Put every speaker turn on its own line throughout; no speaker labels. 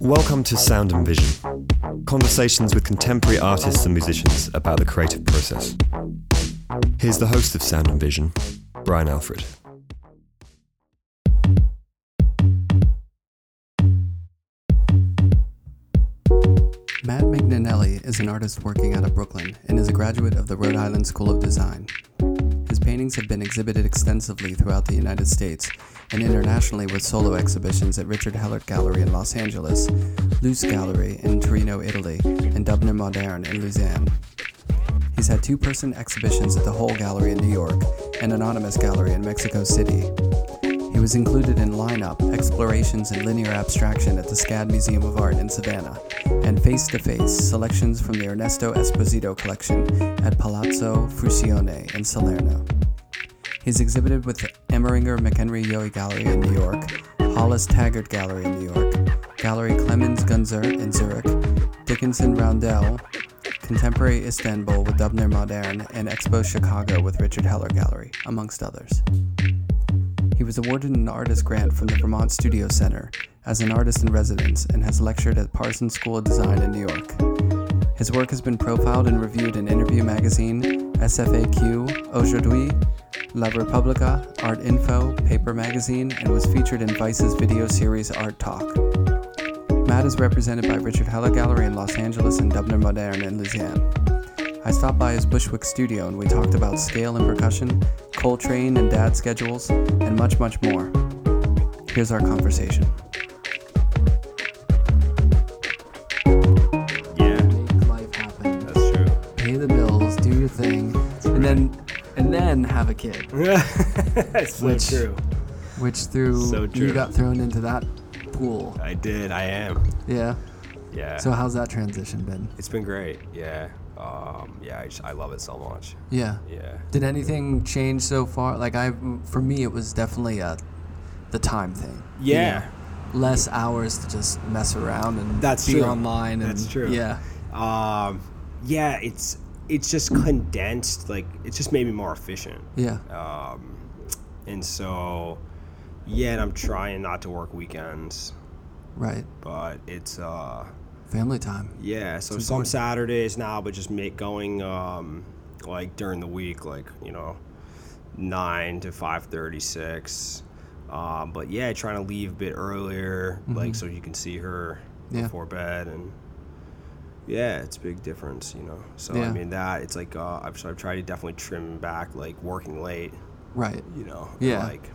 Welcome to Sound and Vision conversations with contemporary artists and musicians about the creative process. Here's the host of Sound and Vision, Brian Alfred.
Matt Magnanelli is an artist working out of Brooklyn and is a graduate of the Rhode Island School of Design. His paintings have been exhibited extensively throughout the United States and internationally with solo exhibitions at Richard Hallert Gallery in Los Angeles, Luce Gallery in Torino, Italy, and Dubner Moderne in Lausanne. He's had two person exhibitions at the Hole Gallery in New York and Anonymous Gallery in Mexico City. He was included in Lineup, Explorations in Linear Abstraction at the SCAD Museum of Art in Savannah, and Face to Face, selections from the Ernesto Esposito collection at Palazzo Frusione in Salerno. He's exhibited with the Emmeringer McHenry Yohe Gallery in New York, Hollis Taggart Gallery in New York, Gallery Clemens Gunzer in Zurich, Dickinson Roundell, Contemporary Istanbul with Dubner Modern, and Expo Chicago with Richard Heller Gallery, amongst others. He was awarded an artist grant from the Vermont Studio Center as an artist in residence and has lectured at Parsons School of Design in New York. His work has been profiled and reviewed in Interview Magazine, SFAQ, Aujourd'hui, La Repubblica, Art Info, Paper Magazine, and was featured in Vice's video series Art Talk. Matt is represented by Richard Heller Gallery in Los Angeles and Dubner Moderne in Lausanne. I stopped by his Bushwick studio and we talked about scale and percussion, Coltrane and dad schedules, and much, much more. Here's our conversation.
Yeah,
Make life happen,
that's true.
pay the bills, do your thing, and then and then have a kid.
it's so
Which-
true.
Which through
So
you
true.
got thrown into that pool.
I did. I am.
Yeah.
Yeah.
So how's that transition been?
it's been great. Yeah. Um. Yeah. I, just, I love it so much.
Yeah.
Yeah.
Did anything change so far? Like I, for me, it was definitely a, the time thing. you
Yeah.
know? Less hours to just mess around and
That's
be
true.
online. And,
That's true.
Yeah.
Um. Yeah. It's it's just condensed. Like it's just made me more efficient.
Yeah.
Um. And so, yeah. And I'm trying not to work weekends,
Right.
but it's uh.
Family time.
Yeah, so
It's
some
important.
Saturdays now, but just make going um, like during the week, like you know, nine to five thirty six. Um, but yeah, trying to leave a bit earlier, like so you can see her
Mm-hmm. Yeah.
before bed, and yeah, it's a big difference, you know. So
Yeah.
I mean that it's like uh, I've, so I've tried to definitely trim back like working late,
Right.
you know. and,
Yeah.
like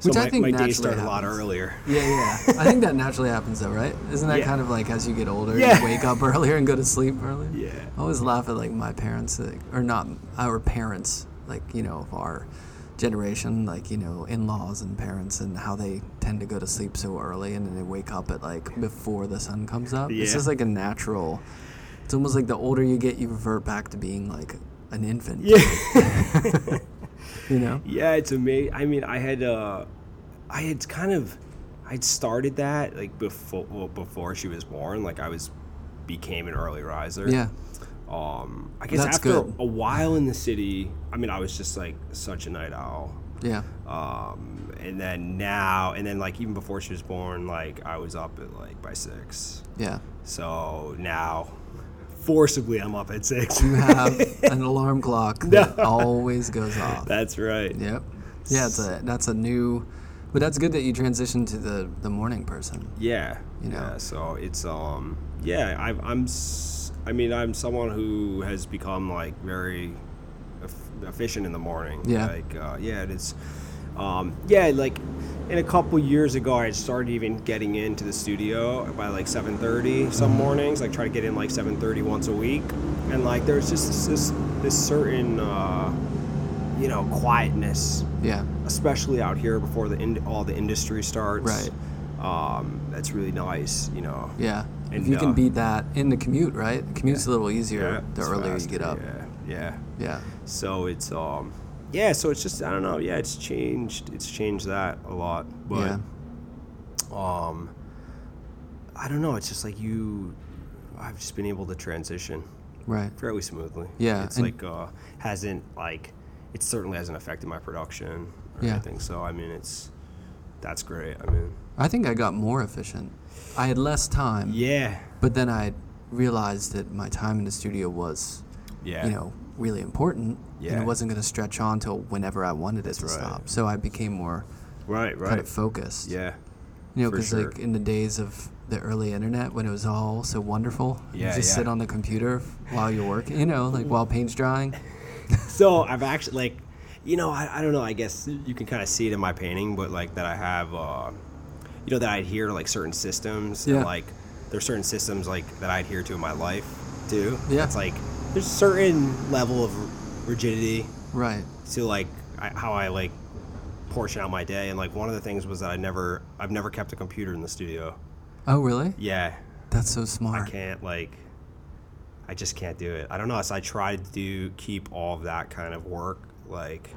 so
Which I
my,
think
my
naturally
day started a lot
happens.
earlier.
Yeah, yeah. I think that naturally happens though, right? Isn't that
Yeah.
kind of like as you get older,
Yeah.
you wake up earlier and go to sleep earlier?
Yeah.
I always laugh at like my parents, like, or not our parents, like you know of our generation, like you know in-laws and parents, and how they tend to go to sleep so early and then they wake up at like before the sun comes up. It's
Yeah.
just like a natural. It's almost like the older you get, you revert back to being like an infant. you know.
Yeah, it's amazing. I mean, I had uh, I had kind of, I'd started that like before well, before she was born. Like I was became an early riser.
Yeah.
Um, I guess
That's
after
good.
a while in the city, I mean, I was just like such a night owl.
Yeah.
Um, and then now, and then like even before she was born, like I was up at like by six.
Yeah.
So now, forcibly, I'm up at six.
You have an alarm clock that always goes off.
That's right.
Yep. Yeah, it's a that's a new, but that's good that you transitioned to the the morning person.
Yeah.
You know?
Yeah. So it's um. Yeah. I, I'm. s- I mean, I'm someone who has become like very eff- efficient in the morning.
Yeah.
Like uh, yeah, it's. Um, yeah, like in a couple years ago, I had started even getting into the studio by like 7:30 some
Mm-hmm.
mornings. Like try to get in like 7:30 once a week, and like there's just this this, this certain uh, you know quietness
Yeah.
especially out here before the in- all the industry starts.
Right.
Um, that's really nice, you know.
Yeah. if
And,
you can
uh,
beat that in the commute, right? The commute's a little easier the
it's
earlier
faster,
you get up.
Yeah, yeah.
Yeah.
So it's um, yeah. So it's just I don't know. Yeah, it's changed. It's changed that a lot, but
yeah.
um, I don't know. It's just like you. I've just been able to transition
Right.
fairly smoothly.
Yeah,
It's
and-
like uh, hasn't like it certainly hasn't affected my production or
Yeah.
anything. So I mean, it's that's great. I mean,
I think I got more efficient. I had less time,
yeah,
but then I realized that my time in the studio was,
yeah,
you know, really important, and
Yeah.
it wasn't going to stretch on till whenever I wanted it to
right.
stop. So I became more
right, right,
kind of focused.
yeah,
You know,
for
because
sure.
like in the days of the early internet when it was all so wonderful, you
Yeah,
just
yeah.
sit on the computer while you're working. You know, like while paint's drying.
so I've actually like, you know, I, I don't know. I guess you can kind of see it in my painting, but like that I have, uh, you know, that I adhere to like certain systems.
Yeah.
And, like there's certain systems like that I adhere to in my life too.
Yeah.
It's like there's a certain level of rigidity
Right.
to like I, how I like portion out my day. And like one of the things was that I never, I've never kept a computer in the studio.
Oh, really?
Yeah.
That's so
I
smart.
can't like I just can't do it. I don't know. So I try to do keep all of that kind of work like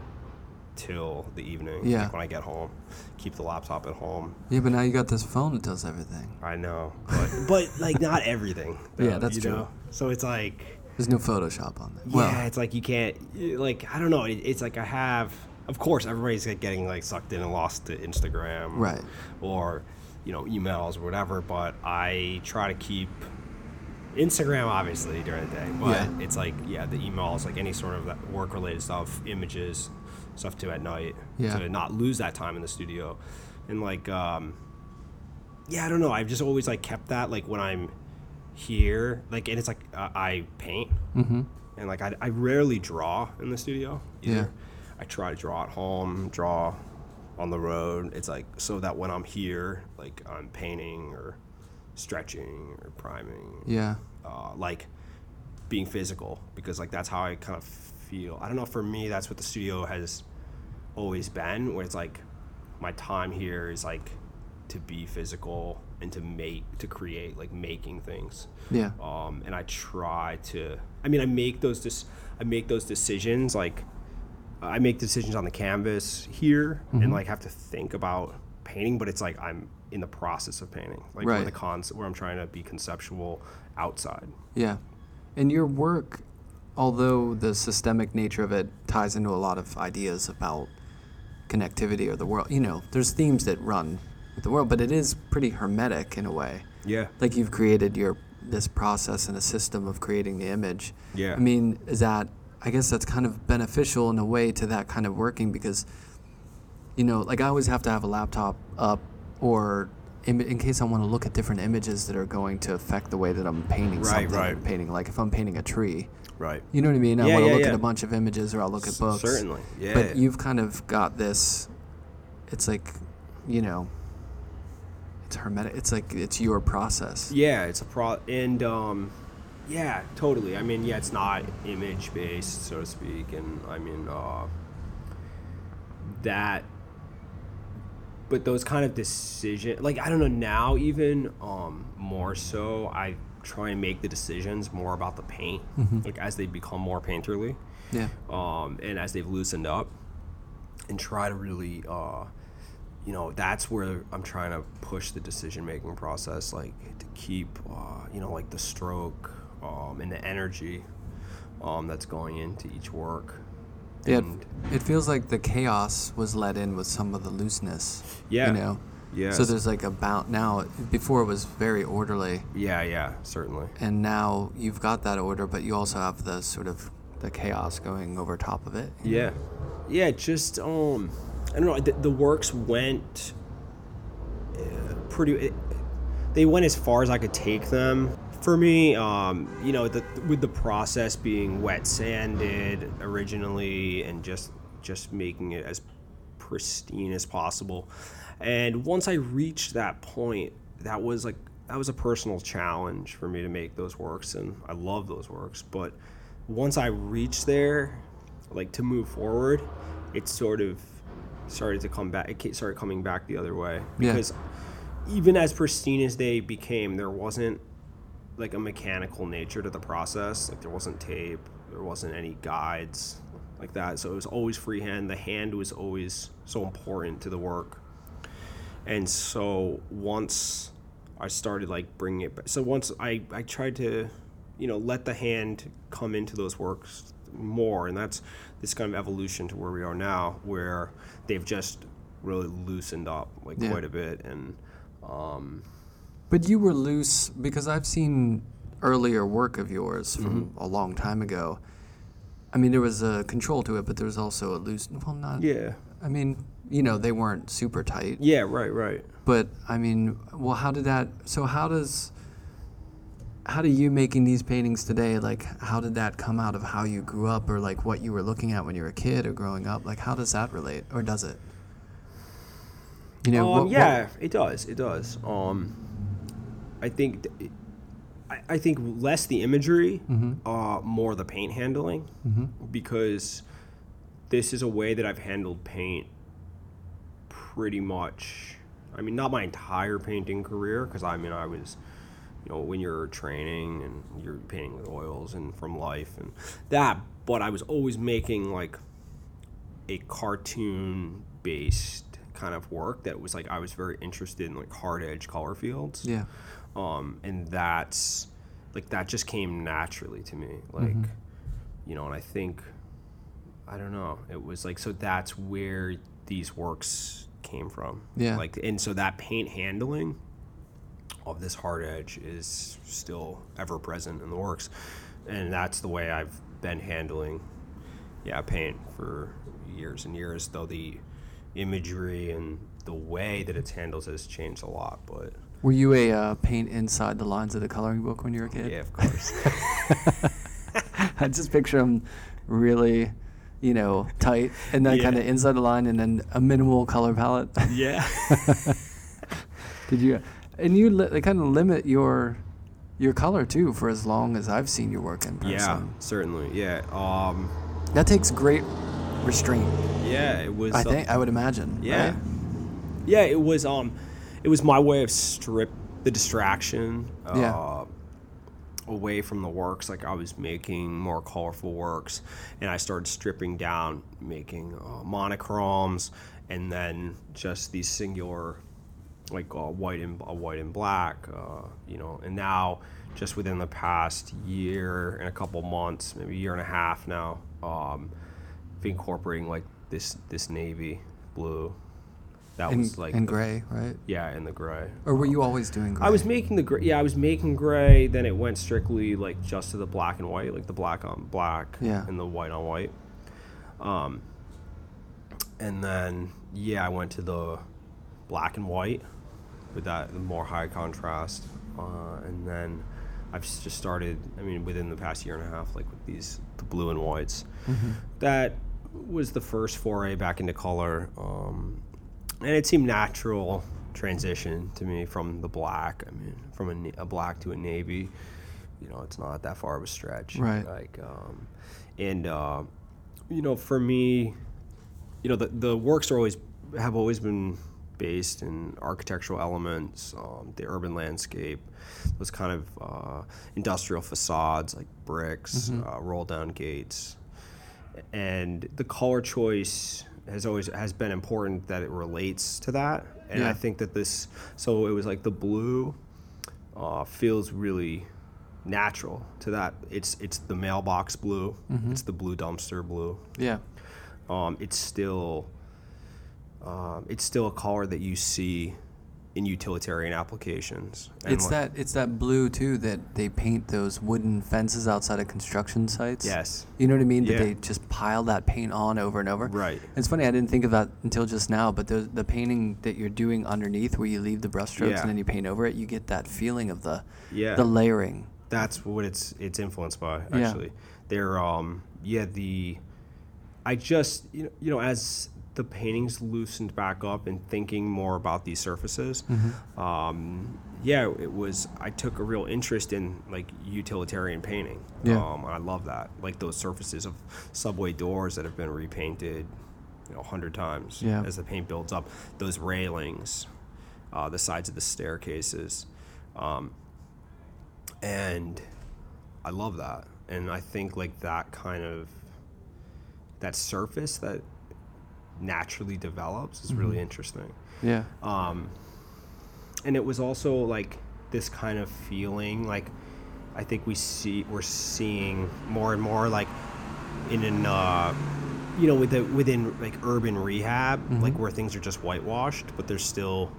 till the evening.
Yeah.
Like when I get home. Keep the laptop at home.
Yeah, but now you got this phone that does everything.
I know. But but like not everything.
Yeah,
though,
that's
you
true.
know? So it's like
There's no Photoshop on it.
yeah, it's like you can't you- like I don't know. It, it's like I have of course everybody's like getting like sucked in and lost to Instagram.
Right.
Or you know, emails or whatever, but I try to keep Instagram obviously during the day, but
Yeah.
it's like yeah, the emails, like any sort of work related stuff, images, stuff too at night,
Yeah.
to not lose that time in the studio, and like um, yeah, I don't know, I've just always like kept that like when I'm here, like and it's like uh, I paint, mm-hmm. and like I, I rarely draw in the studio either.
Yeah.
I try to draw at home, draw on the road. It's like so that when I'm here, like I'm painting or stretching or priming
yeah.
uh, like being physical because like that's how I kind of feel. I don't know. For me, that's what the studio has always been, where it's like my time here is like to be physical and to make to create like making things
Yeah.
um, and I try to. I mean, I make those dis- I make those decisions like I make decisions on the canvas here and like have to think about painting, but it's like I'm in the process of painting, like where
Right.
the cons where I'm trying to be conceptual outside.
Yeah. And your work, although the systemic nature of it ties into a lot of ideas about connectivity or the world, you know, there's themes that run with the world, but it is pretty hermetic in a way.
Yeah.
Like you've created your this process and a system of creating the image.
Yeah.
I mean, is that I guess that's kind of beneficial in a way to that kind of working because you know, like I always have to have a laptop up or in, in case I want to look at different images that are going to affect the way that I'm painting
Right,
something.
right.
I'm painting like if I'm painting a tree,
Right.
you know what I mean? I
Yeah,
want to
yeah,
look at
yeah.
a bunch of images or I'll look at books.
certainly. Yeah.
But you've kind of got this it's like, you know, it's hermetic. It's like it's your process.
Yeah, it's a pro and um yeah, totally. I mean, yeah, it's not image based, so to speak, and I mean uh that but those kind of decision like I don't know now even um more so I try and make the decisions more about the paint like as they become more painterly
Yeah.
um, and as they've loosened up and try to really uh, you know that's where i'm trying to push the decision making process like to keep uh, you know like the stroke um, and the energy um, that's going into each work
Yeah, it-
And-
it feels like the chaos was let in with some of the looseness.
Yeah.
You know?
Yes.
So there's like a bound now. Before it was very orderly,
yeah yeah certainly
and now you've got that order, but you also have the sort of the chaos going over top of it.
Yeah, yeah. Just um, I don't know. The, the works went uh, pretty. It, they went as far as I could take them. For me, um, you know, the, with the process being wet sanded originally, and just just making it as pristine as possible. And once I reached that point, that was like that was a personal challenge for me to make those works, and I love those works. But once I reached there, like to move forward, it sort of started to come back. It ca- started coming back the other way
Yeah.
because even as pristine as they became, there wasn't like a mechanical nature to the process. Like there wasn't tape, there wasn't any guides like that. So it was always freehand. The hand was always so important to the work. And so once I started like bringing it back, so once I I tried to, you know, let the hand come into those works more, and that's this kind of evolution to where we are now, where they've just really loosened up like
Yeah.
quite a bit, and um,
But you were loose because I've seen earlier work of yours from a long time ago. I mean, there was a control to it, but there was also a loose. Well, not.
yeah,
I mean, you know, they weren't super tight.
yeah, right, right.
But I mean, well, how did that? So how does? How do you making these paintings today? Like, how did that come out of how you grew up, or like what you were looking at when you were a kid or growing up? Like, how does that relate, or does it? You know,
Um,
what- what-
yeah, it does. It does. Um, I think, th- I, I think less the imagery,
Mm-hmm.
uh, more the paint handling, because this is a way that I've handled paint pretty much. I mean, not my entire painting career, because I mean, I was, you know, when you're training and you're painting with oils and from life and that, but I was always making like a cartoon based kind of work that was like I was very interested in like hard edge color fields.
yeah,
Um and that's like that just came naturally to me. Like you know, and I think I don't know. It was like so that's where these works came from.
Yeah.
Like and so that paint handling of this hard edge is still ever present in the works. And that's the way I've been handling yeah, paint for years and years, though the imagery and the way that it's handled has changed a lot, but
Were you a uh, paint inside the lines of the coloring book when you were a kid?
yeah, of course.
I just picture them really, you know, tight and then
Yeah.
kind of inside the line and then a minimal color palette.
yeah.
Did you? And you li- they kind of limit your your color too for as long as I've seen your work in
Yeah,
person.
certainly. Yeah. Um
That takes great restraint.
yeah, it was
I
uh,
think I would imagine.
Yeah.
right?
Yeah, it was um it was my way of strip the distraction uh,
Yeah.
away from the works. Like I was making more colorful works and I started stripping down making uh, monochromes and then just these singular like uh, white and uh, white and black, uh, you know, and now just within the past year and a couple months, maybe a year and a half now, um, I've been incorporating like this this navy blue. That
In,
was like
in
the-
gray, right?
yeah, in the gray.
Or were you always doing gray?
I was making the gray. Yeah, I was making gray. Then it went strictly like just to the black and white, like the black on black
Yeah.
and the white on white. Um, and then yeah, I went to the black and white with that more high contrast. Uh, and then I've s- just started. I mean, within the past year and a half, like with these the blue and whites.
Mm-hmm.
That was the first foray back into color. Um, and it seemed natural transition to me from the black. I mean, from a, na- a black to a navy, you know, it's not that far of a stretch.
Right.
Like, um, and uh, you know, for me, you know, the the works are always have always been based in architectural elements, um, the urban landscape, those kind of uh, industrial facades like bricks, uh, roll down gates, and the color choice has always has been important that it relates to that and
Yeah.
i think that this so it was like the blue uh, feels really natural to that it's it's the mailbox blue
Mm-hmm.
it's the blue dumpster blue
yeah.
um, it's still um, it's still a color that you see in utilitarian applications And
It's that
like-
it's that blue too that they paint those wooden fences outside of construction sites.
yes
You know what I mean? That
Yeah.
they just pile that paint on over and over.
Right.
It's funny, I didn't think of that until just now, but the, the painting that you're doing underneath where you leave the brushstrokes
Yeah.
and then you paint over it, you get that feeling of the
Yeah.
the layering.
that's what it's it's influenced by
Yeah.
actually they're um yeah the i just you know, you know as the paintings loosened back up and thinking more about these surfaces
Mm-hmm.
um yeah it was i took a real interest in like utilitarian painting
Yeah.
um i love that like those surfaces of subway doors that have been repainted you know 100 times
Yeah.
as the paint builds up those railings uh, the sides of the staircases um, and I love that. And I think like that kind of that surface that naturally develops is really interesting.
Yeah.
Uh, And it was also like this kind of feeling like I think we see we're seeing more and more like in an uh, you know with the, within like urban rehab,
Mm-hmm.
like where things are just whitewashed, but there's still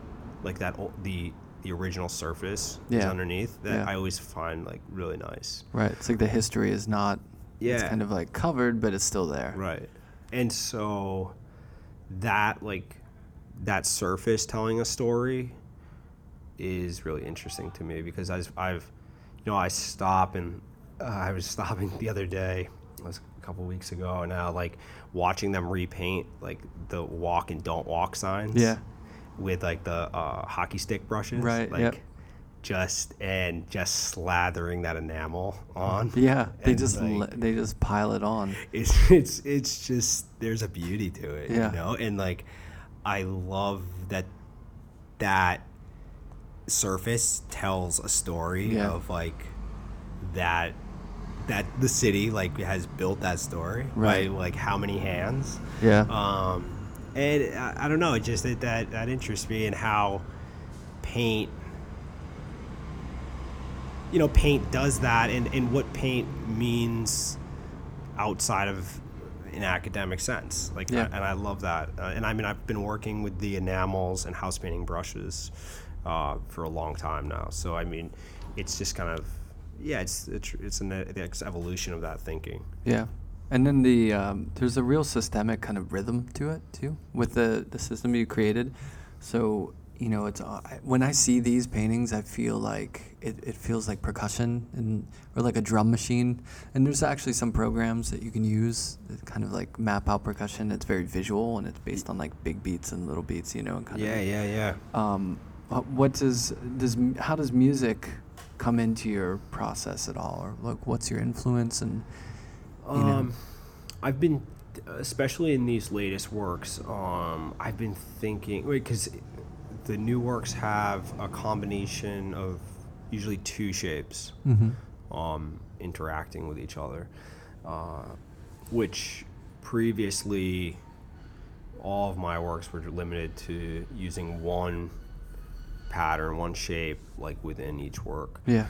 like that o- the the original surface is
Yeah.
underneath that
Yeah.
I always find like really nice.
Right. It's like the history is not. It's
Yeah.
kind of like covered, but it's still there.
Right. And so that like that surface telling a story is really interesting to me because I've I've you know I stop and uh, I was stopping the other day it was a couple weeks ago now like watching them repaint like the walk and don't walk signs
Yeah.
with like the uh, hockey stick brushes
Right,
like
yep.
just and just slathering that enamel on
Yeah. They
And,
just
like,
le- they just pile it on.
it's it's it's just there's a beauty to it
Yeah.
you know and like i love that that surface tells a story
Yeah.
of like that that the city like has built that story
Right.
by, like how many hands
Yeah.
um and i, I don't know it just that, that that interests me and how paint you know paint does that and and what paint means outside of an academic sense like
Yeah.
and i love that uh, and i mean i've been working with the enamels and house painting brushes uh, for a long time now so i mean it's just kind of yeah it's it's, it's an it's evolution of that thinking
Yeah, and then the um, there's a real systemic kind of rhythm to it too with the the system you created. So you know, it's uh, I- when I see these paintings, I feel like it, it feels like percussion and or like a drum machine. And there's actually some programs that you can use that kind of like map out percussion. It's very visual and it's based on like big beats and little beats, you know, and kind of
yeah yeah
um, wh- what does does m- how does music come into your process at all, or like what's your influence and you know?
Um, I've been, especially in these latest works, um, I've been thinking because the new works have a combination of usually two shapes, um, interacting with each other, uh, which previously all of my works were limited to using one pattern, one shape, like within each work
yeah,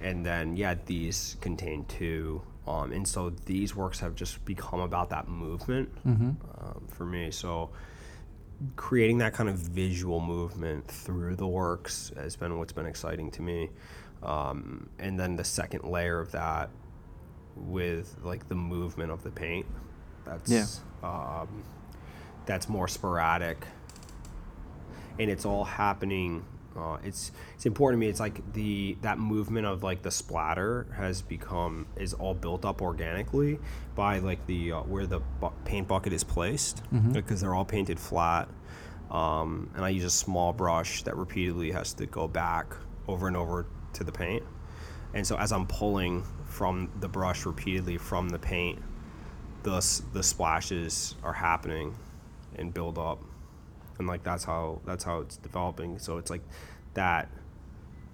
and then yeah these contain two um, and so these works have just become about that movement um, for me so creating that kind of visual movement through the works has been what's been exciting to me um, and then the second layer of that with like the movement of the paint that's um, that's more sporadic and it's all happening. Uh, it's it's important to me. It's like the that movement of like the splatter has become is all built up organically by like the uh, where the bu- paint bucket is placed because they're all painted flat. Um, and I use a small brush that repeatedly has to go back over and over to the paint. And so as I'm pulling from the brush repeatedly from the paint, the s- the splashes are happening and build up and like that's how that's how it's developing so it's like that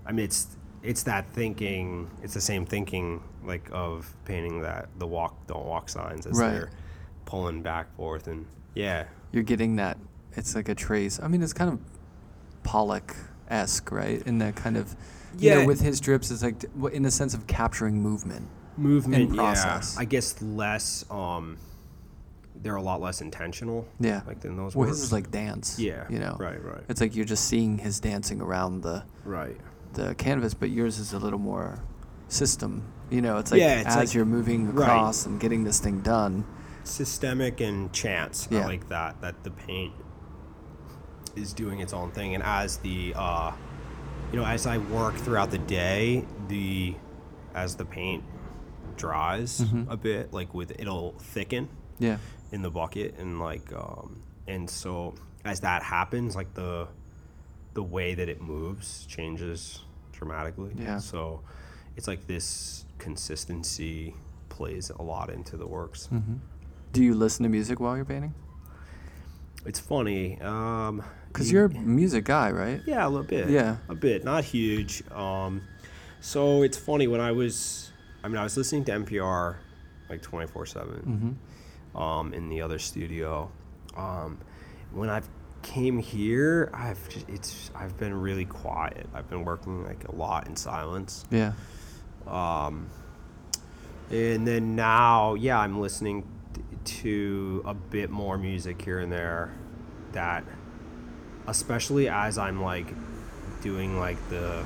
i mean it's it's that thinking it's the same thinking like of painting that the walk don't walk signs as
Right.
they're pulling back forth and yeah
you're getting that. It's like a trace. I mean, it's kind of Pollock esque, right? In that kind of yeah,
Yeah.
with his drips, it's like t- w- in the sense of capturing movement.
movement
And process.
yeah i guess less um they're a lot less intentional
Yeah,
like than those
Well,
words
his is like dance.
Yeah,
you know,
right, right.
It's like you're just seeing his dancing around the
right
the canvas, but yours is a little more system. You know, it's like
Yeah, it's
as
like-
you're moving
right.
across and getting this thing done.
systemic and chance. I
Yeah.
like that. That the paint is doing its own thing, and as the uh, you know, as I work throughout the day, the as the paint dries
Mm-hmm.
a bit, like with it'll thicken
Yeah,
in the bucket, and like um, and so as that happens, like the the way that it moves changes dramatically.
Yeah.
So it's like this consistency plays a lot into the works.
do you listen to music while you're painting?
It's funny. Um,
Because
you-
you're a music guy, right?
yeah, a little bit.
Yeah.
a bit, not huge. Um, so it's funny when I was, I mean, I was listening to NPR like twenty four seven,
Mm-hmm.
um, in the other studio. Um, when I've came here, I've just, it's I've been really quiet. I've been working like a lot in silence.
Yeah,
And then now, yeah, I'm listening t- to a bit more music here and there that especially as I'm like doing like the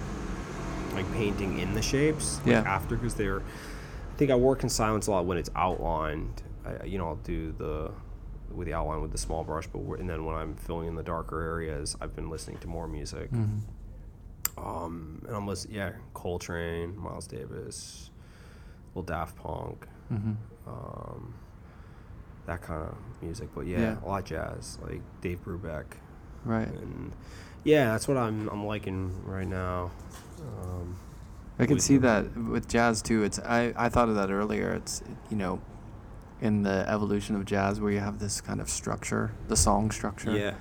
like painting in the shapes like
Yeah.
after because they're I think I work in silence a lot when it's outlined. I, you know, I'll do the with the outline with the small brush, but wh- and then when I'm filling in the darker areas, I've been listening to more music. Um, and I'm listening, yeah, Coltrane, Miles Davis, little Daft Punk,
Mm-hmm.
um, that kind of music. But yeah,
Yeah.
a lot of jazz, like Dave Brubeck,
Right.
and yeah, that's what I'm I'm liking right now. Um,
I can
with
see
the-
that with jazz too. It's I, I thought of that earlier. It's you know, in the evolution of jazz where you have this kind of structure, the song structure.
Yeah,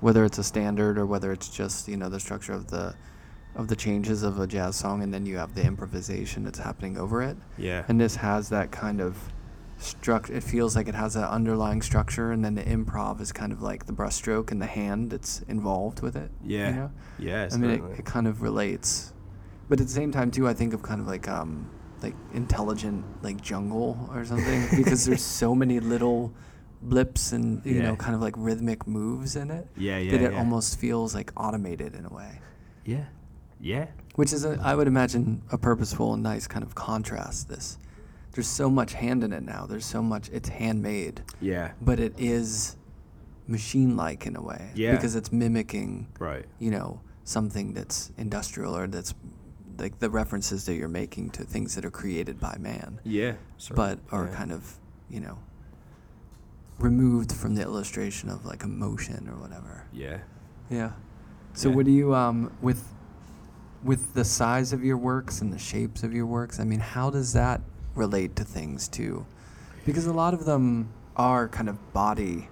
Whether it's a standard or whether it's just, you know, the structure of the of the changes of a jazz song and then you have the improvisation that's happening over it.
yeah,
And this has that kind of structure. It feels like it has an underlying structure, and then the improv is kind of like the brushstroke and the hand that's involved with it. you
yeah,
know?
yeah.
I mean,
certainly.
it, it kind of relates, but at the same time too, I think of kind of like um like intelligent like jungle or something because there's so many little blips and you
Yeah.
know kind of like rhythmic moves in it
Yeah, yeah,
that it
yeah.
almost feels like automated in a way
yeah, yeah,
which is a, I would imagine a purposeful and nice kind of contrast this there's so much hand in it now there's so much it's handmade
yeah.
but it is machine like in a way
Yeah.
because it's mimicking
Right.
you know something that's industrial or that's like the references that you're making to things that are created by man
Yeah.
but are kind of you know removed from the illustration of like emotion or whatever
Yeah.
yeah. So
Yeah.
what do you um with with the size of your works and the shapes of your works? I mean, how does that relate to things too? Because a lot of them are kind of body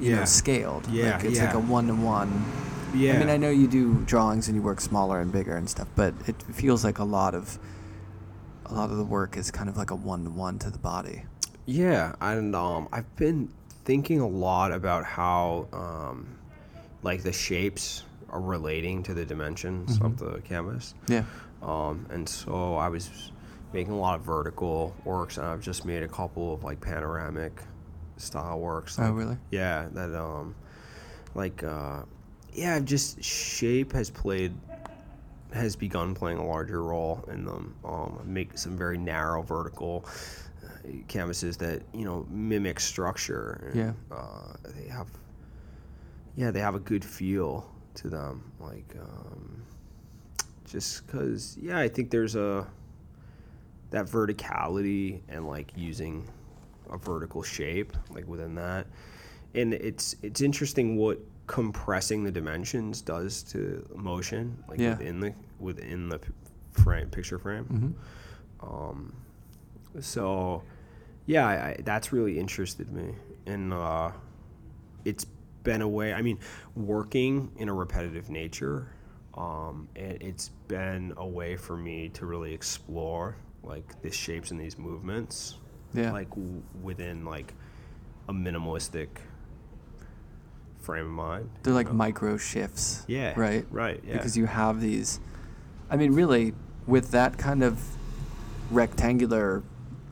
you know,
Yeah.
scaled.
Yeah,
Like it's like
yeah.
a one to one.
Yeah.
I mean, I know you do drawings and you work smaller and bigger and stuff, but it feels like a lot of a lot of the work is kind of like a one to one to the body.
Yeah, and um, I've been thinking a lot about how, um, like, the shapes are relating to the dimensions of
Mm-hmm.
the canvas.
Yeah.
Um, and so I was making a lot of vertical works, and I've just made a couple of like panoramic style works.
Oh,
like-
really?
Yeah, that um, like uh, yeah, just shape has played has begun playing a larger role in them. Um, make some very narrow vertical uh, canvases that you know mimic structure. and,
Yeah.
uh, they have yeah they have a good feel to them. Like um, just because yeah, I think there's a that verticality and like using a vertical shape like within that and it's it's interesting what compressing the dimensions does to motion like
Yeah.
within the within the p- frame picture frame um so yeah I, I, that's really interested me and uh it's been a way i mean working in a repetitive nature um it, it's been a way for me to really explore like the shapes and these movements
Yeah.
like w- within like a minimalistic frame of mind
They're like micro shifts.
yeah
Right.
right yeah
because you have these i mean really with that kind of rectangular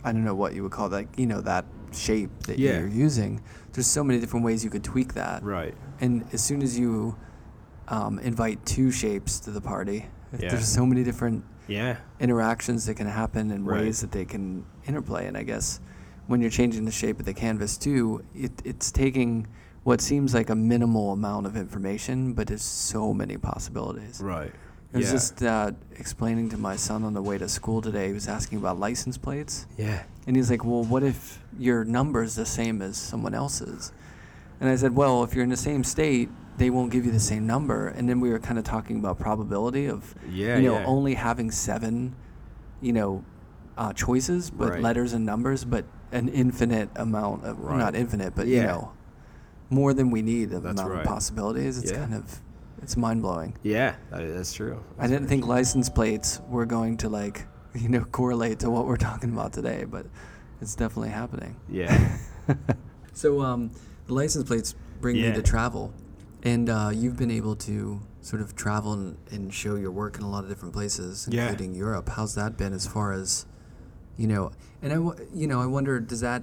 i don't know what you would call that you know that shape that
Yeah.
you're using there's so many different ways you could tweak that
right
and as soon as you um, invite two shapes to the party
Yeah.
there's so many different
yeah
interactions that can happen and
Right.
ways that they can interplay. And I guess when you're changing the shape of the canvas too, it, it's taking what seems like a minimal amount of information, but there's so many possibilities.
right
I was
yeah.
just uh, explaining to my son on the way to school today. He was asking about license plates.
yeah
And he's like, Well, what if your number's the same as someone else's? And I said, Well, if you're in the same state, they won't give you the same number. And then we were kind of talking about probability of,
Yeah,
you know,
yeah.
only having seven, you know, uh, choices, but
Right.
letters and numbers, but an infinite amount of,
Right.
not infinite, but, you
Yeah.
know, more than we need of
That's
amount
right.
of possibilities. It's
Yeah.
kind of, it's mind blowing.
yeah that- that's true
I didn't think license plates were going to like you know correlate to what we're talking about today, but it's definitely happening.
yeah
So um, the license plates bring me
Yeah.
to travel, and uh, you've been able to sort of travel and, and show your work in a lot of different places,
Yeah.
including Europe. How's that been as far as you know and i wo- you know i wonder does that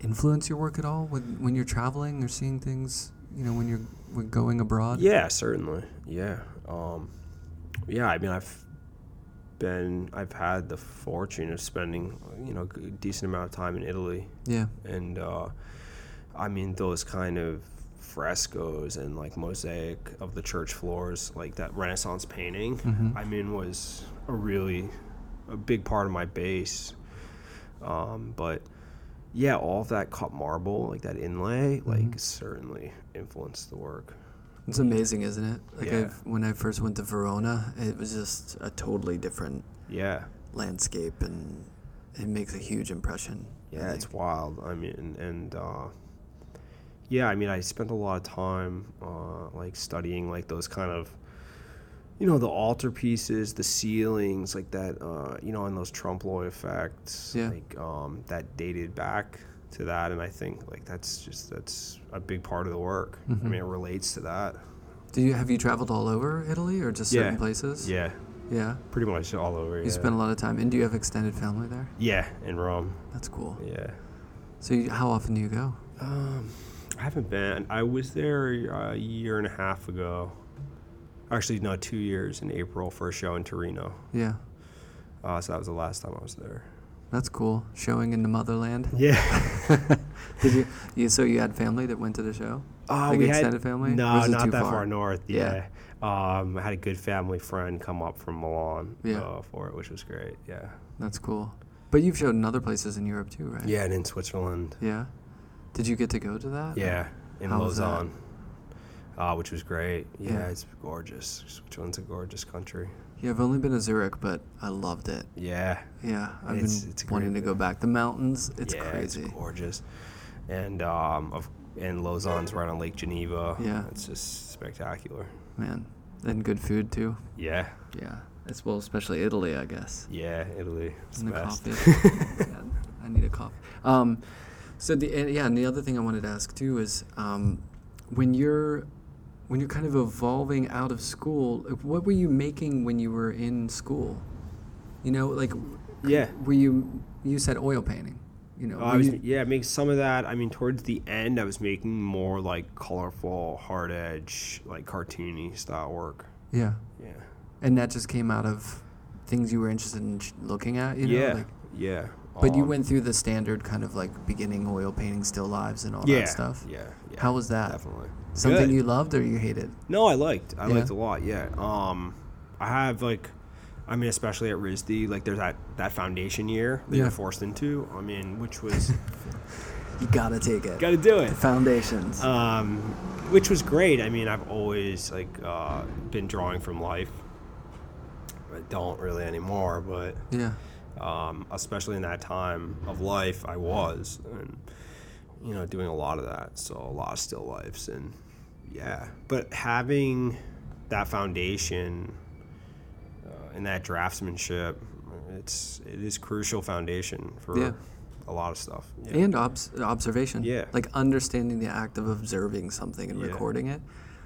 influence your work at all when, when you're traveling or seeing things you know when you're when going abroad
Yeah, certainly. Yeah. Um, yeah, I mean, I've been, I've had the fortune of spending, you know, a decent amount of time in Italy.
yeah
And uh, I mean, those kind of frescoes and like mosaic of the church floors, like that Renaissance painting, I mean, was a really a big part of my base. Um, but yeah, all of that cut marble, like that inlay, like certainly influenced the work.
It's amazing, isn't it? Like
Yeah.
I've, when I first went to Verona, it was just a totally different
Yeah.
landscape, and it makes a huge impression. I
Yeah, it's
think.
wild. I mean, and, and uh, yeah, I mean, I spent a lot of time uh, like studying like those kind of, you know, the altarpieces, the ceilings, like that, uh, you know, and those trompe l'oeil effects,
Yeah.
like um, that dated back to that, and I think like that's just that's a big part of the work.
Mm-hmm.
I mean, it relates to that.
Do you have you traveled all over Italy or just certain
yeah.
places?
Yeah,
yeah.
pretty much all over.
You
yeah.
spend a lot of time, and do you have extended family there?
yeah, in Rome.
That's cool.
Yeah.
So you, how often do you go?
Um, I haven't been. I was there uh, a year and a half ago. Actually, no, two years in April for a show in Torino.
Yeah,
Uh, so that was the last time I was there.
that's cool. Showing in the motherland.
Yeah.
Did you, you? So you had family that went to the show?
Uh,
Like
we
extended
had,
family? Or
No,
is it too
not that
far?
far, north.
Yeah.
Yeah. Um, I had a good family friend come up from Milan
Yeah.
uh, for it, which was great. Yeah.
That's cool. But you've showed in other places in Europe too, right?
Yeah, and in Switzerland.
Yeah. Did you get to go to that?
Yeah, in
How was that?
Lausanne. Uh, which was great. Yeah,
Yeah.
it's gorgeous. Switzerland's a gorgeous country.
Yeah, I've only been to Zurich, but I loved it.
Yeah.
Yeah, I've
It's-
been
it's a
wanting
great
to go back. The mountains, it's
yeah,
crazy.
It's gorgeous. And um, of and Lausanne's right on Lake Geneva.
Yeah.
It's just spectacular.
Man, and good food too.
Yeah.
Yeah, as well, especially Italy, I guess.
Yeah, Italy. It's
And
the
the
best.
coffee. Yeah, I need a coffee. Um, so the and yeah, and the other thing I wanted to ask too is um, when you're when you're kind of evolving out of school, like, what were you making when you were in school? You know, like
Yeah.
were you you said oil painting? You know,
Uh,
were
I was,
you-
yeah, make some of that. I mean, towards the end, I was making more like colorful, hard edge, like cartoony style work.
yeah,
Yeah.
and that just came out of things you were interested in sh- looking at. You know,
yeah.
like,
yeah.
But you
Um,
went through the standard kind of like beginning oil painting, still lives, and all
yeah,
that stuff.
Yeah. Yeah.
How was that?
Definitely.
Something
Good.
you loved or you hated?
No, I liked. I
Yeah?
liked a lot. Yeah. Um, I have like, I mean, especially at RISD, like there's that that foundation year that
Yeah.
you're forced into. I mean, which was
You gotta take it.
got to do it.
the foundations.
Um, which was great. I mean, I've always like uh, been drawing from life. I don't really anymore, but
yeah,
um, especially in that time of life, I was, and you know, doing a lot of that. So a lot of still lifes, and yeah. But having that foundation uh, and that draftsmanship, it's it is crucial foundation for
Yeah.
a lot of stuff. Yeah.
and obs- observation.
Yeah.
like understanding the act of observing something and
Yeah.
recording it.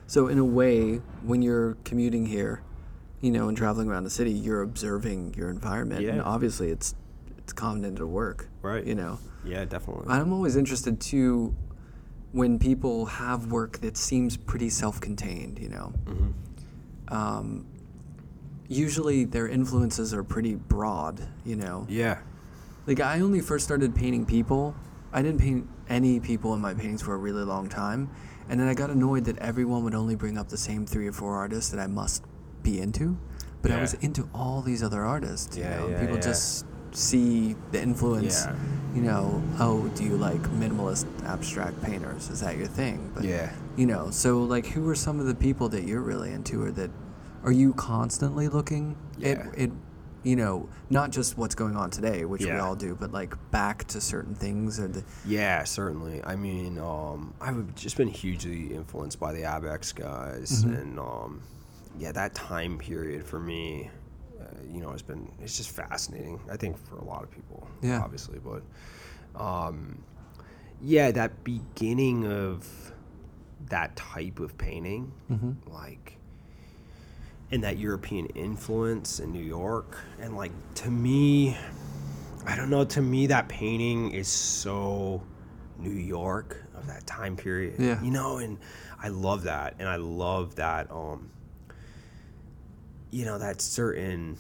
So in a way, when you're commuting here, you know, and traveling around the city, you're observing your environment, and
Yeah.
obviously it's it's common into work.
Right.
You know.
yeah, definitely.
I'm always interested too when people have work that seems pretty self-contained. You know, um, usually their influences are pretty broad. You know,
yeah,
like I only first started painting people. I didn't paint any people in my paintings for a really long time, and then I got annoyed that everyone would only bring up the same three or four artists that I must be into. But I
Yeah.
was into all these other artists. You
Yeah,
know?
yeah,
people
yeah.
just see the influence.
Yeah.
You know, oh, do you like minimalist abstract painters? Is that your thing? But
Yeah.
you know, so like, who are some of the people that you're really into, or that are you constantly looking
Yeah.
at, at? You know, not just what's going on today, which we
Yeah.
all do, but like back to certain things, or the
yeah, certainly. I mean, um, I've just been hugely influenced by the Abex guys, and um, yeah, that time period for me, uh, you know, has been it's just fascinating. I think for a lot of people,
Yeah.
obviously, but um, yeah, that beginning of that type of painting, like and that European influence in New York. And like to me, I don't know. To me, that painting is so New York of that time period.
Yeah.
You know, and I love that, and I love that. Um, you know, that certain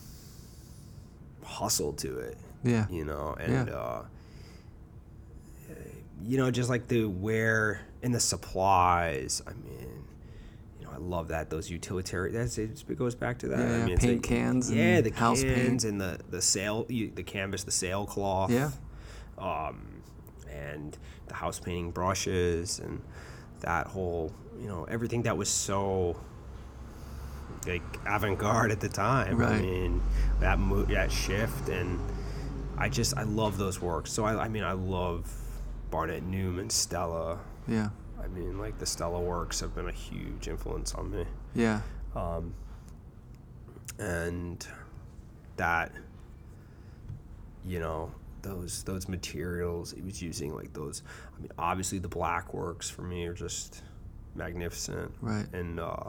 hustle to it.
Yeah.
You know, and
Yeah.
uh, you know, just like the where and the supplies. I mean. you know, I love that those utilitarian. That's it. It goes back to that. I
Yeah,
mean, it's
paint
like-
cans and
yeah, the
house paint.
cans and the the sail, you, the canvas, the sailcloth
Yeah.
um, and the house painting brushes and that whole you know everything that was so like avant-garde at the time i
Right.
mean that mo- that shift and i just i love those works so i, I mean i love barnett newman stella
Yeah.
i mean like the stella works have been a huge influence on me
Yeah.
and that you know those those materials he was using like those i mean obviously the black works for me are just magnificent
Right.
and uh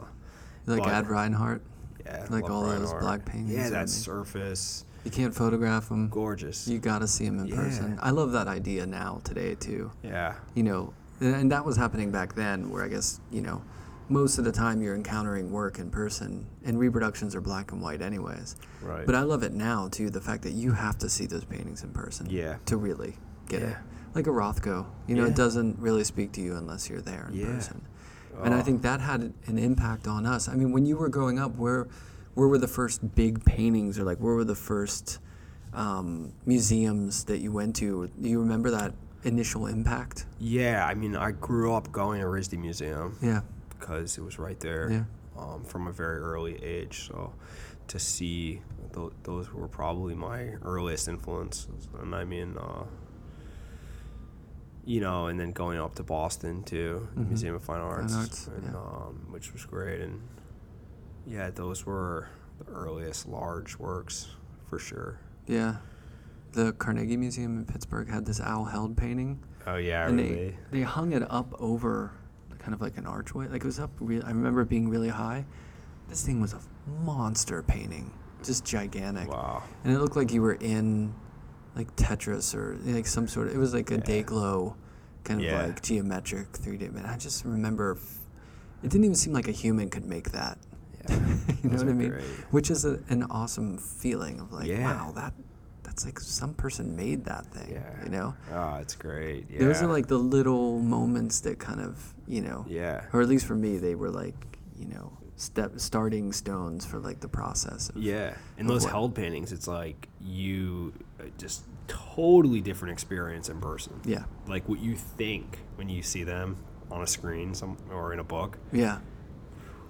Like
But-
Ad Reinhardt.
yeah
Like
love
all those
Reinhardt.
black paintings
yeah
are
that
amazing.
surface
You can't photograph them.
gorgeous
You got to see them in
Yeah.
person. I love that idea now today too.
yeah
You know, and and that was happening back then, where I guess you know, most of the time you're encountering work in person, and reproductions are black and white anyways.
Right.
But I love it now too. The fact that you have to see those paintings in person.
Yeah.
To really get it,
Yeah.
like a Rothko, you know,
Yeah.
it doesn't really speak to you unless you're there in
Yeah.
person. And I think that had an impact on us. I mean, when you were growing up, where where were the first big paintings, or like where were the first um, museums that you went to? Do you remember that initial impact?
yeah i mean i grew up going to risd museum
Yeah,
because it was right there
Yeah.
um, from a very early age. So to see th- those were probably my earliest influences, and I mean, uh, you know, and then going up to Boston to the Museum of Fine Arts,
Mm-hmm. Arts,
and,
yeah.
um, which was great, and yeah, those were the earliest large works for sure.
yeah. The Carnegie Museum in Pittsburgh had this owl held painting,
Oh yeah,
and
really.
they they hung it up over kind of like an archway. Like it was up. Re- I remember it being really high. This thing was a monster painting, just gigantic.
Wow.
and it looked like you were in like Tetris or like some sort of. It was like a day glow, kind of
Yeah.
like geometric three D. Man, I just remember, f- it didn't even seem like a human could make that.
Yeah.
you know
Those
what I
are
mean?
great.
Which is a, an awesome feeling of like,
Yeah.
wow, that that's like some person made that thing.
Yeah.
You know,
Oh, it's great. Yeah.
those are like the little moments that kind of you know,
Yeah.
or at least for me, they were like you know step starting stones for like the process. Of,
Yeah, and
of
those
what-
held paintings, it's like you uh, just totally different experience in person.
Yeah.
like what you think when you see them on a screen, some or in a book,
Yeah.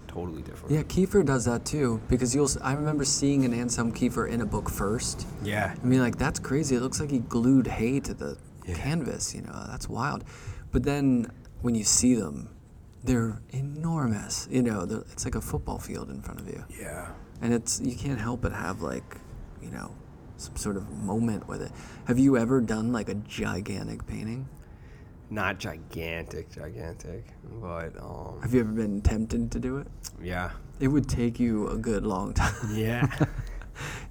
totally different.
Yeah, Kiefer does that too because you'll. s- I remember seeing an Anselm Kiefer in a book first.
yeah,
I mean, like that's crazy. It looks like he glued hay to the
Yeah.
canvas. You know, that's wild. But then when you see them, they're enormous. You know, they're- it's like a football field in front of you,
yeah,
and it's you can't help but have like, you know, some sort of moment with it. Have you ever done like a gigantic painting?
not gigantic, gigantic, but um,
Have you ever been tempted to do it?
yeah,
It would take you a good long time.
yeah,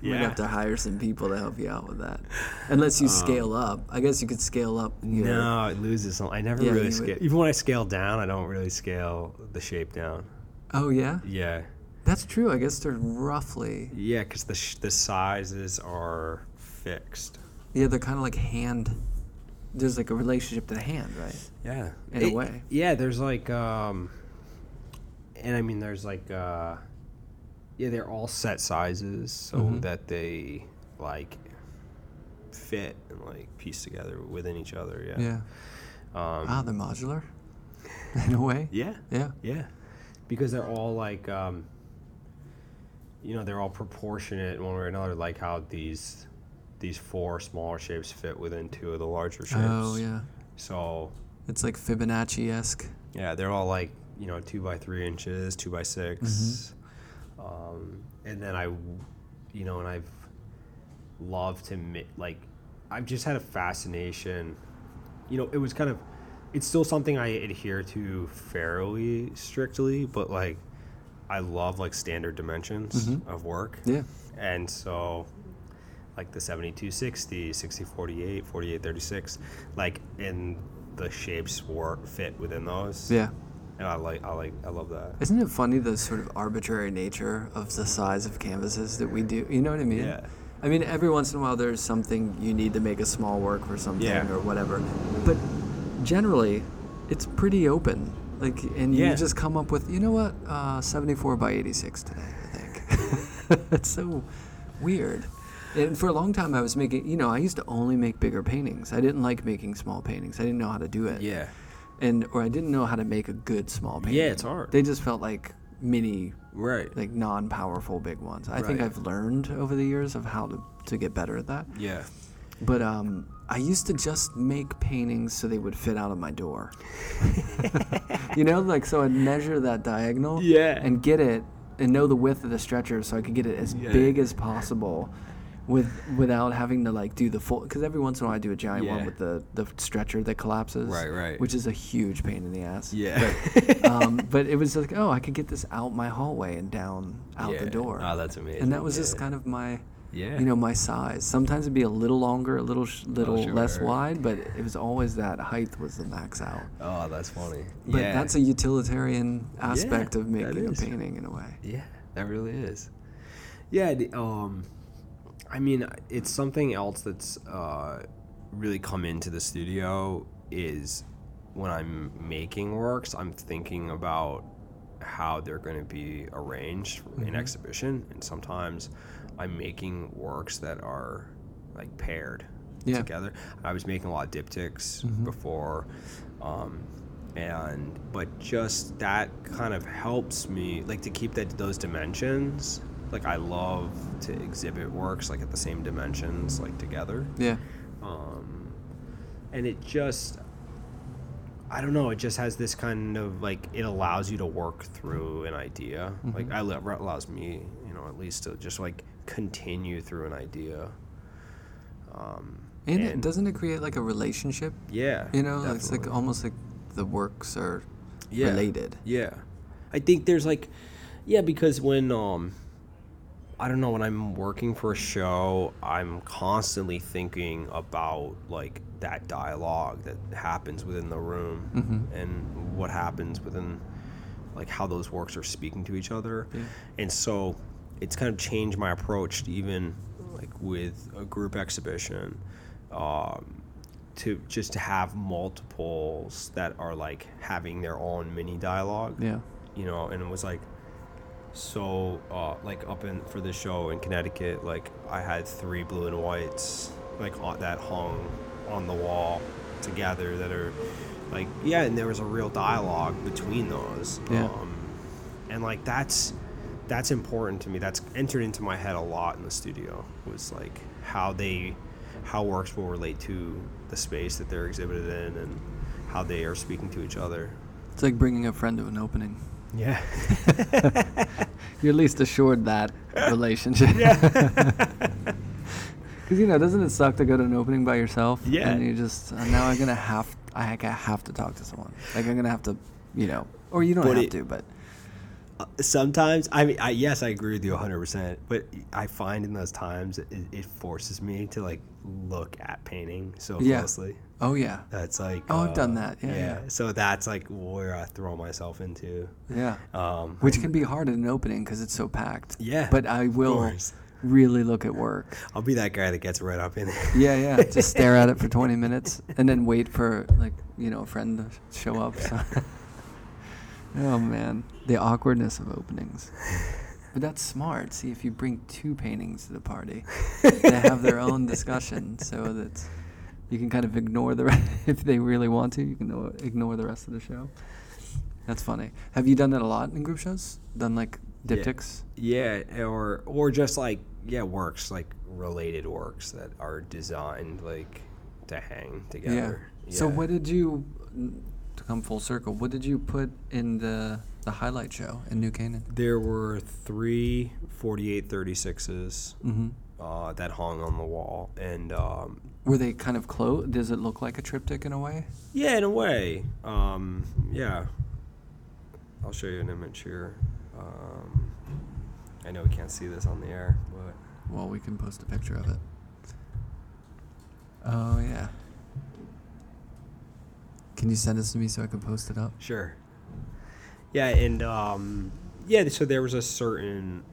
You might
Yeah. Um,
have to hire some people to help you out with that. Unless you scale up. I guess you could scale up. Your,
No, it loses. some- I never
Yeah,
really
you would-
scale. Even when I scale down, I don't really scale the shape down.
Oh, yeah?
Yeah,
That's true. I guess they're roughly.
yeah, because the sh- the sizes are fixed.
Yeah, they're kind of like hand. There's like a relationship to the hand, right?
Yeah.
In a way.
Yeah, there's like um and I mean there's like uh yeah, they're all set sizes so
Mm-hmm.
that they like fit and like piece together within each other, yeah.
Um, wow, they're modular in a way.
Yeah.
Yeah.
Yeah. Because they're all like um you know, they're all proportionate in one way or another, like how these these four smaller shapes fit within two of the larger shapes.
Oh, yeah.
So
It's like Fibonacci esque.
Yeah, they're all like you know two by three inches, two by 6 um, and then I, you know, and I've loved to mi- like I've just had a fascination. You know, it was kind of it's still something I adhere to fairly strictly, but like I love like standard dimensions of work,
Yeah.
and so like the 7260, 6048, 4836, like and the shapes were fit within those.
Yeah.
And I like I like I love that.
Isn't it funny the sort of arbitrary nature of the size of canvases that we do? You know what I mean?
Yeah.
I mean, every once in a while there's something you need to make a small work for something
Yeah.
or whatever. But generally, it's pretty open. Like, and you
Yeah.
just come up with, you know what, uh, 74 by 86 today, I think. it's so weird. And for a long time, I was making, you know, I used to only make bigger paintings. I didn't like making small paintings. I didn't know how to do it
Yeah.
and or I didn't know how to make a good small painting.
Yeah, it's hard.
They just felt like mini,
Right.
like non-powerful big ones. I think
Right.
I've learned over the years of how to to get better at that.
yeah.
But um, I used to just make paintings so they would fit out of my door. you know, like so I'd measure that diagonal.
Yeah.
And get it and know the width of the stretcher so I could get it as
Yeah.
big as possible. With, without having to like do the full because every once in a while I do a giant one
Yeah.
with the, the stretcher that collapses
Right, right.
which is a huge pain in the ass
Yeah.
but, um, but it was like oh I could get this out my hallway and down out the
Yeah.
door
Oh, that's amazing.
and that was
Yeah.
just kind of my
Yeah.
you know my size sometimes it'd be a little longer a little sh- little less
Oh, sure.
wide but it was always that height was the max out
Oh, that's funny.
but
yeah.
that's a utilitarian aspect of
that
making a
is.
painting in a way
Yeah, that really is. Yeah, the- um, I mean, it's something else that's uh, really come into the studio is when I'm making works, I'm thinking about how they're going to be arranged in exhibition, and sometimes I'm making works that are like paired
Yeah.
together. I was making a lot of diptychs
Mm-hmm.
before, um, and but just that kind of helps me like to keep that those dimensions. Like I love to exhibit works like at the same dimensions like together,
yeah
um, and it just. I don't know. It just has this kind of like it allows you to work through an idea.
Mm-hmm.
Like I li- allows me, you know, at least to just like continue through an idea. Um,
and, it,
And-
doesn't it create like a relationship
yeah.
you know it's like
definitely.
almost like the works are
Yeah.
related
Yeah. I think there's like yeah, because when um I don't know, when I'm working for a show, I'm constantly thinking about like that dialogue that happens within the room and what happens within like how those works are speaking to each other. And so it's kind of changed my approach to even like with a group exhibition. Um to just to have multiples that are like having their own mini dialogue
yeah
you know, and it was like so uh, like up in for this show in Connecticut, like I had three blue and whites like on, that hung on the wall together that are like yeah, and there was a real dialogue between those.
Yeah.
Um, and like that's that's important to me. That's entered into my head a lot in the studio was like how they how works will relate to the space that they're exhibited in and how they are speaking to each other.
it's like bringing a friend to an opening
Yeah.
you're at least assured that relationship Because you know, doesn't it suck to go to an opening by yourself?
Yeah.
And you just uh, now I'm gonna have I like, I have to talk to someone. Like I'm gonna have to, you know, or you don't
But
have
it-
to, but
sometimes i mean I, yes i agree with you 100% but i find in those times it, it forces me to like look at painting so
Yeah.
closely
oh yeah,
that's like uh,
Oh, I've done that. Yeah, yeah.
so that's like where i throw myself into
yeah.
um
Which can be hard at an opening because it's so packed.
Yeah,
But I will
course.
really look at work.
i'll be that guy that gets right up in it
Yeah, yeah. Just stare at it for 20 minutes and then wait for like you know a friend to show up. So. oh man, the awkwardness of openings. But that's smart. See, if you bring two paintings to the party, they have their own discussion, so that you can kind of ignore the re- if they really want to, you can o- ignore the rest of the show. That's funny. Have you done that a lot in group shows? Done like
Yeah.
diptychs?
yeah or or just like yeah works like related works that are designed like to hang together
So what did you n- to come full circle? What did you put in the the highlight show in New Canaan?
There were three 4836s uh, that hung on the wall. And um,
Were they kind of close? Does it look like a triptych in a way?
yeah, in a way. Um, yeah. I'll show you an image here. Um, I know we can't see this on the air, but
Well, we can post a picture of it. Oh yeah. Can you send this to me so I can post it up?
Sure. Yeah, and um, yeah. So there was a certain,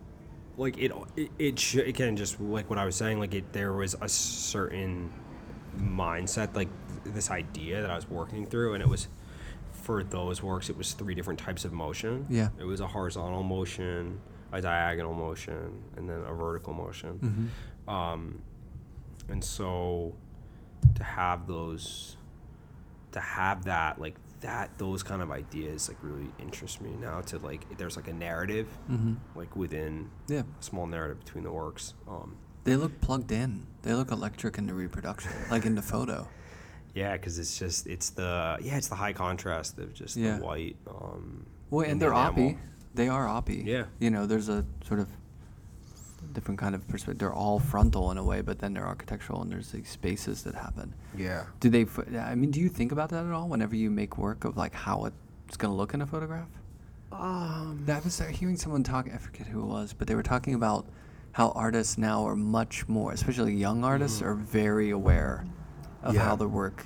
like it, it, it sh- again, just like what I was saying, like it, there was a certain mindset, like this idea that I was working through, and it was for those works, it was three different types of motion.
Yeah.
It was a horizontal motion, a diagonal motion, and then a vertical motion. Um, and so to have those to have that like that those kind of ideas like really interest me now to like there's like a narrative like within
Yeah.
a small narrative between the works um
They look plugged in. They look electric in the reproduction, like in the photo.
yeah because it's just it's the yeah it's the high contrast of just
Yeah.
the white um
Well, and
the
they're oppie.
enamel.
They are oppie.
Yeah.
You know, there's a sort of different kind of perspective. They're all frontal in a way, but then they're architectural, and there's these spaces that happen.
yeah
Do they? ph- I mean, do you think about that at all whenever you make work of like how it's going to look in a photograph? Um, I was uh, hearing someone talk. I forget who it was, but they were talking about how artists now are much more, especially young artists, are very aware of
Mm-hmm. Yeah.
how their work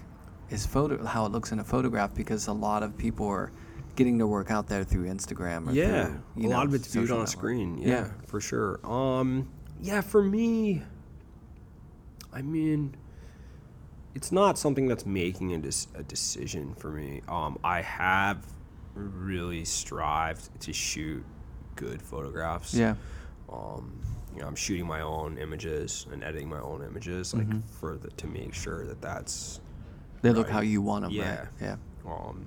is photo, how it looks in a photograph, because a lot of people are getting their work out there through Instagram. Or
yeah
through,
a
you know,
lot of it's viewed
social
on a
network.
screen yeah,
Yeah.
for sure um yeah for me i mean it's not something that's making a, dis- a decision for me um i have really strived to shoot good photographs
Yeah.
um you know i'm shooting my own images and editing my own images like
Mm-hmm.
for the to make sure that that's
They look
Right.
how you want them.
Yeah.
Right? Yeah.
um,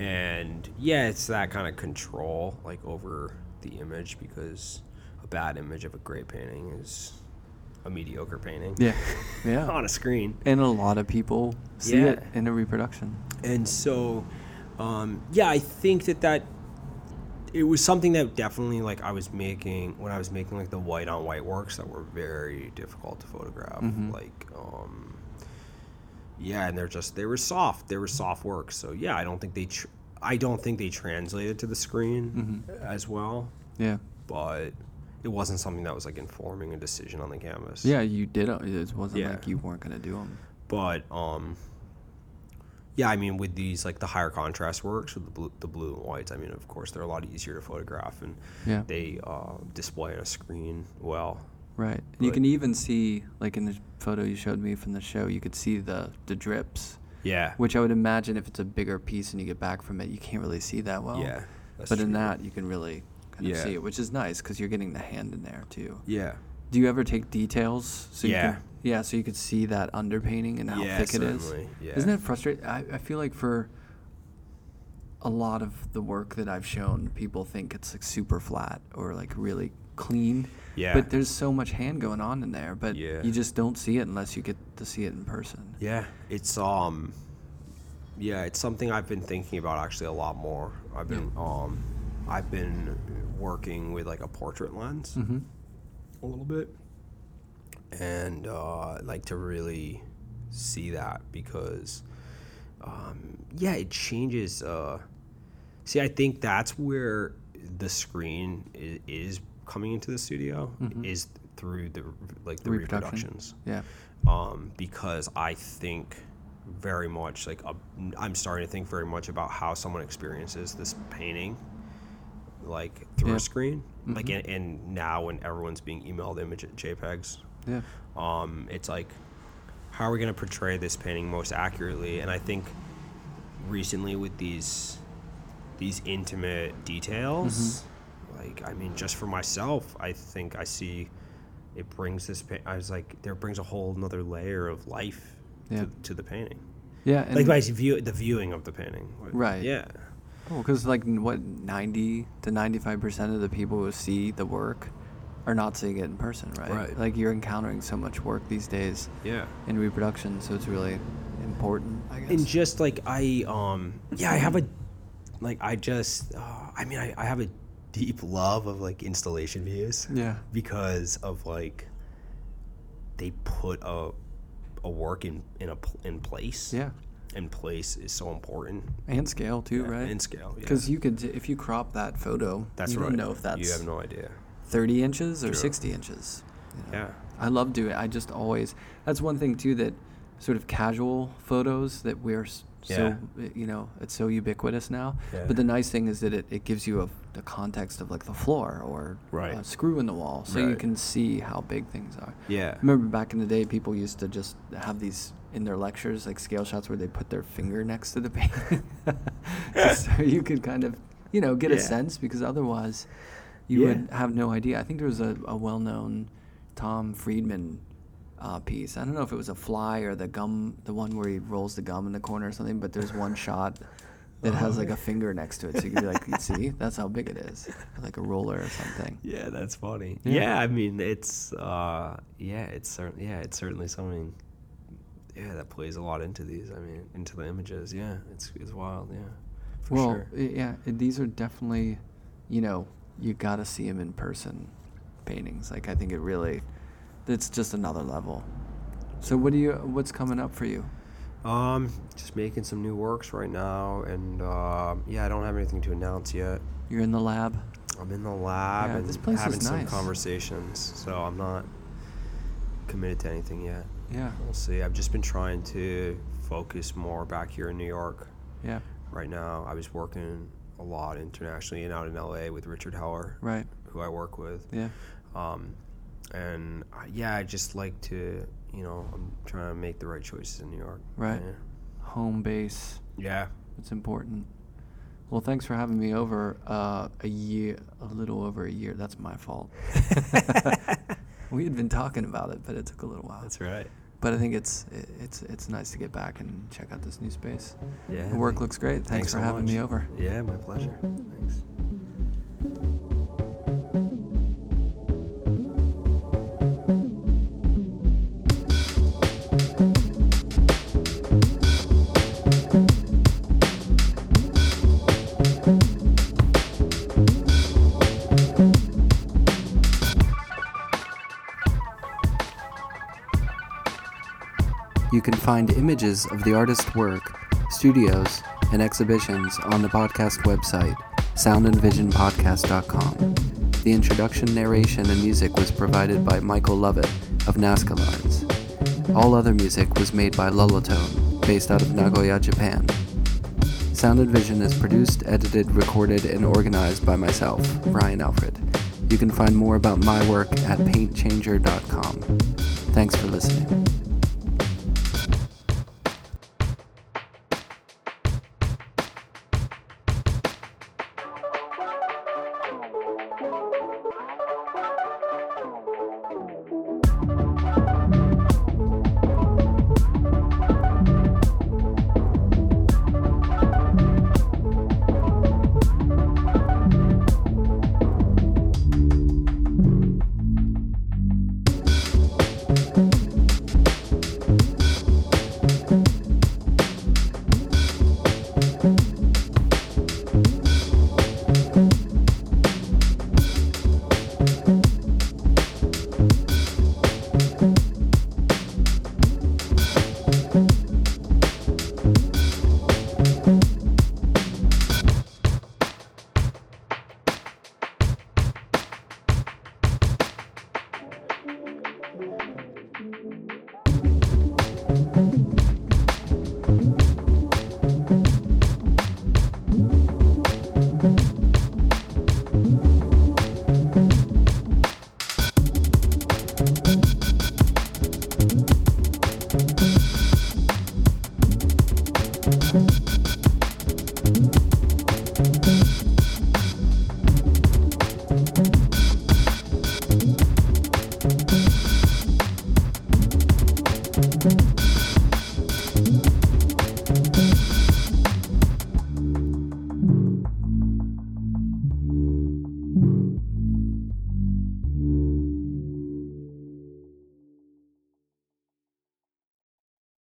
and yeah, it's that kind of control like over the image because a bad image of a great painting is a mediocre painting
Yeah. Yeah.
on a screen.
and a lot of people see it
Yeah.
in a reproduction.
And so, um, yeah, I think that that it was something that definitely like I was making when I was making like the white on white works that were very difficult to photograph. Like, um, yeah, and they're just they were soft. They were soft works. So yeah, I don't think they tr- I don't think they translated to the screen as well.
Yeah.
But it wasn't something that was like informing a decision on the canvas.
Yeah, you did. 'em. It wasn't
Yeah.
like you weren't gonna do them.
but um yeah i mean with these like the higher contrast works with the blue, the blue and whites i mean of course they're a lot easier to photograph and
Yeah.
they uh, display on a screen well
Right. And you
But-
can even see, like in the photo you showed me from the show, you could see the the drips,
yeah
which I would imagine if it's a bigger piece and you get back from it, you can't really see that well.
yeah that's
But in
true.
that, you can really kind of
Yeah.
see it, which is nice because you're getting the hand in there too.
yeah
Do you ever take details? So You
Yeah.
can, yeah. So you could see that underpainting and how
Yeah,
thick it is.
certainly, yeah.
Isn't that frustrating? I, I feel like for a lot of the work that I've shown, people think it's like super flat or like really clean.
Yeah.
But there's so much hand going on in there, but
Yeah.
you just don't see it unless you get to see it in person.
yeah it's um yeah it's something i've been thinking about actually a lot more i've been um i've been working with like a portrait lens a little bit and uh, like to really see that because um, yeah it changes uh, see i think that's where the screen is, is coming into the studio is through the like the
reproduction.
reproductions
Yeah.
um, because I think very much like a, I'm starting to think very much about how someone experiences this painting, like through
Yeah.
a screen. Like and, and now when everyone's being emailed image JPEGs,
Yeah.
um, it's like how are we going to portray this painting most accurately? And I think recently with these these intimate details,
Mm-hmm.
like I mean, just for myself, I think I see it brings this. Pa- I was like, there brings a whole another layer of life
Yeah.
to, to the painting,
Yeah. And
like my view, the viewing of the painting. Like,
Right.
Yeah.
because like n- what ninety to ninety-five percent of the people who see the work are not seeing it in person, right?
Right.
Like you're encountering so much work these days
Yeah.
in reproduction, so it's really important, I guess.
and just like I um yeah I have a like I just uh, I mean I, I have a deep love of like installation views
yeah.
because of like they put a a work in in a pl- in place
Yeah.
and place is so important
And scale too, right?
in scale yeah.
Because you could, t- if you crop that photo,
that's
you
right
don't know if that's
you have no idea
30 inches or 60 inches.
yeah
I love doing it. I just always. That's one thing too that sort of casual photos that we're s- so you know it's so ubiquitous now.
Yeah.
But the nice thing is that it, it gives you a the context of like the floor or
Right.
a screw in the wall, so you
Right.
can see how big things are.
Yeah.
I remember back in the day, people used to just have these in their lectures, like scale shots, where they put their finger next to the painting, just so you could kind of you know get a
Yeah.
sense because otherwise you
Yeah.
would have no idea. I think there was a, a well known Tom Friedman uh, piece. I don't know if it was a fly or the gum, the one where he rolls the gum in the corner or something, but there's one shot that
Uh-huh.
has like a finger next to it. So you could be like, see, that's how big it is, like a roller or something.
Yeah, that's funny.
Yeah.
Yeah, I mean, it's uh, yeah, it's certain. Yeah, it's certainly something. Yeah, that plays a lot into these. I mean, into the images. Yeah, it's it's wild. Yeah, for
well,
sure.
i- yeah, i- these are definitely, you know, you gotta see them in person paintings. Like, I think it really, it's just another level. So, what do you, what's coming up for you?
Um, just making some new works right now, and uh, yeah, I don't have anything to announce yet.
You're in the lab.
I'm in the lab
Yeah,
and
this place is
having some
nice.
conversations, so I'm not committed to anything yet.
Yeah,
We'll see. I've just been trying to focus more back here in New York.
yeah,
right now. I was working a lot internationally and out in LA with Richard Heller,
right,
who I work with.
yeah,
Um, and I, yeah, I just like to, you know, I'm trying to make the right choices in New York.
Right. home base.
Yeah.
It's important. Well, thanks for having me over uh, a year, a little over a year. That's my fault. we had been talking about it, but it took a little while.
That's right.
But I think it's it, it's it's nice to get back and check out this new space.
Yeah.
The work looks great. Thanks, for
so
having me
much.
over.
Yeah, my pleasure. Thanks.
You can find images of the artist's work, studios, and exhibitions on the podcast website, soundandvisionpodcast.com. The introduction, narration, and music was provided by Michael Lovett of Nazca Lines. All other music was made by Lullatone, based out of Nagoya, Japan. Sound and Vision is produced, edited, recorded, and organized by myself, Ryan Alfred. You can find more about my work at paintchanger.com. Thanks for listening.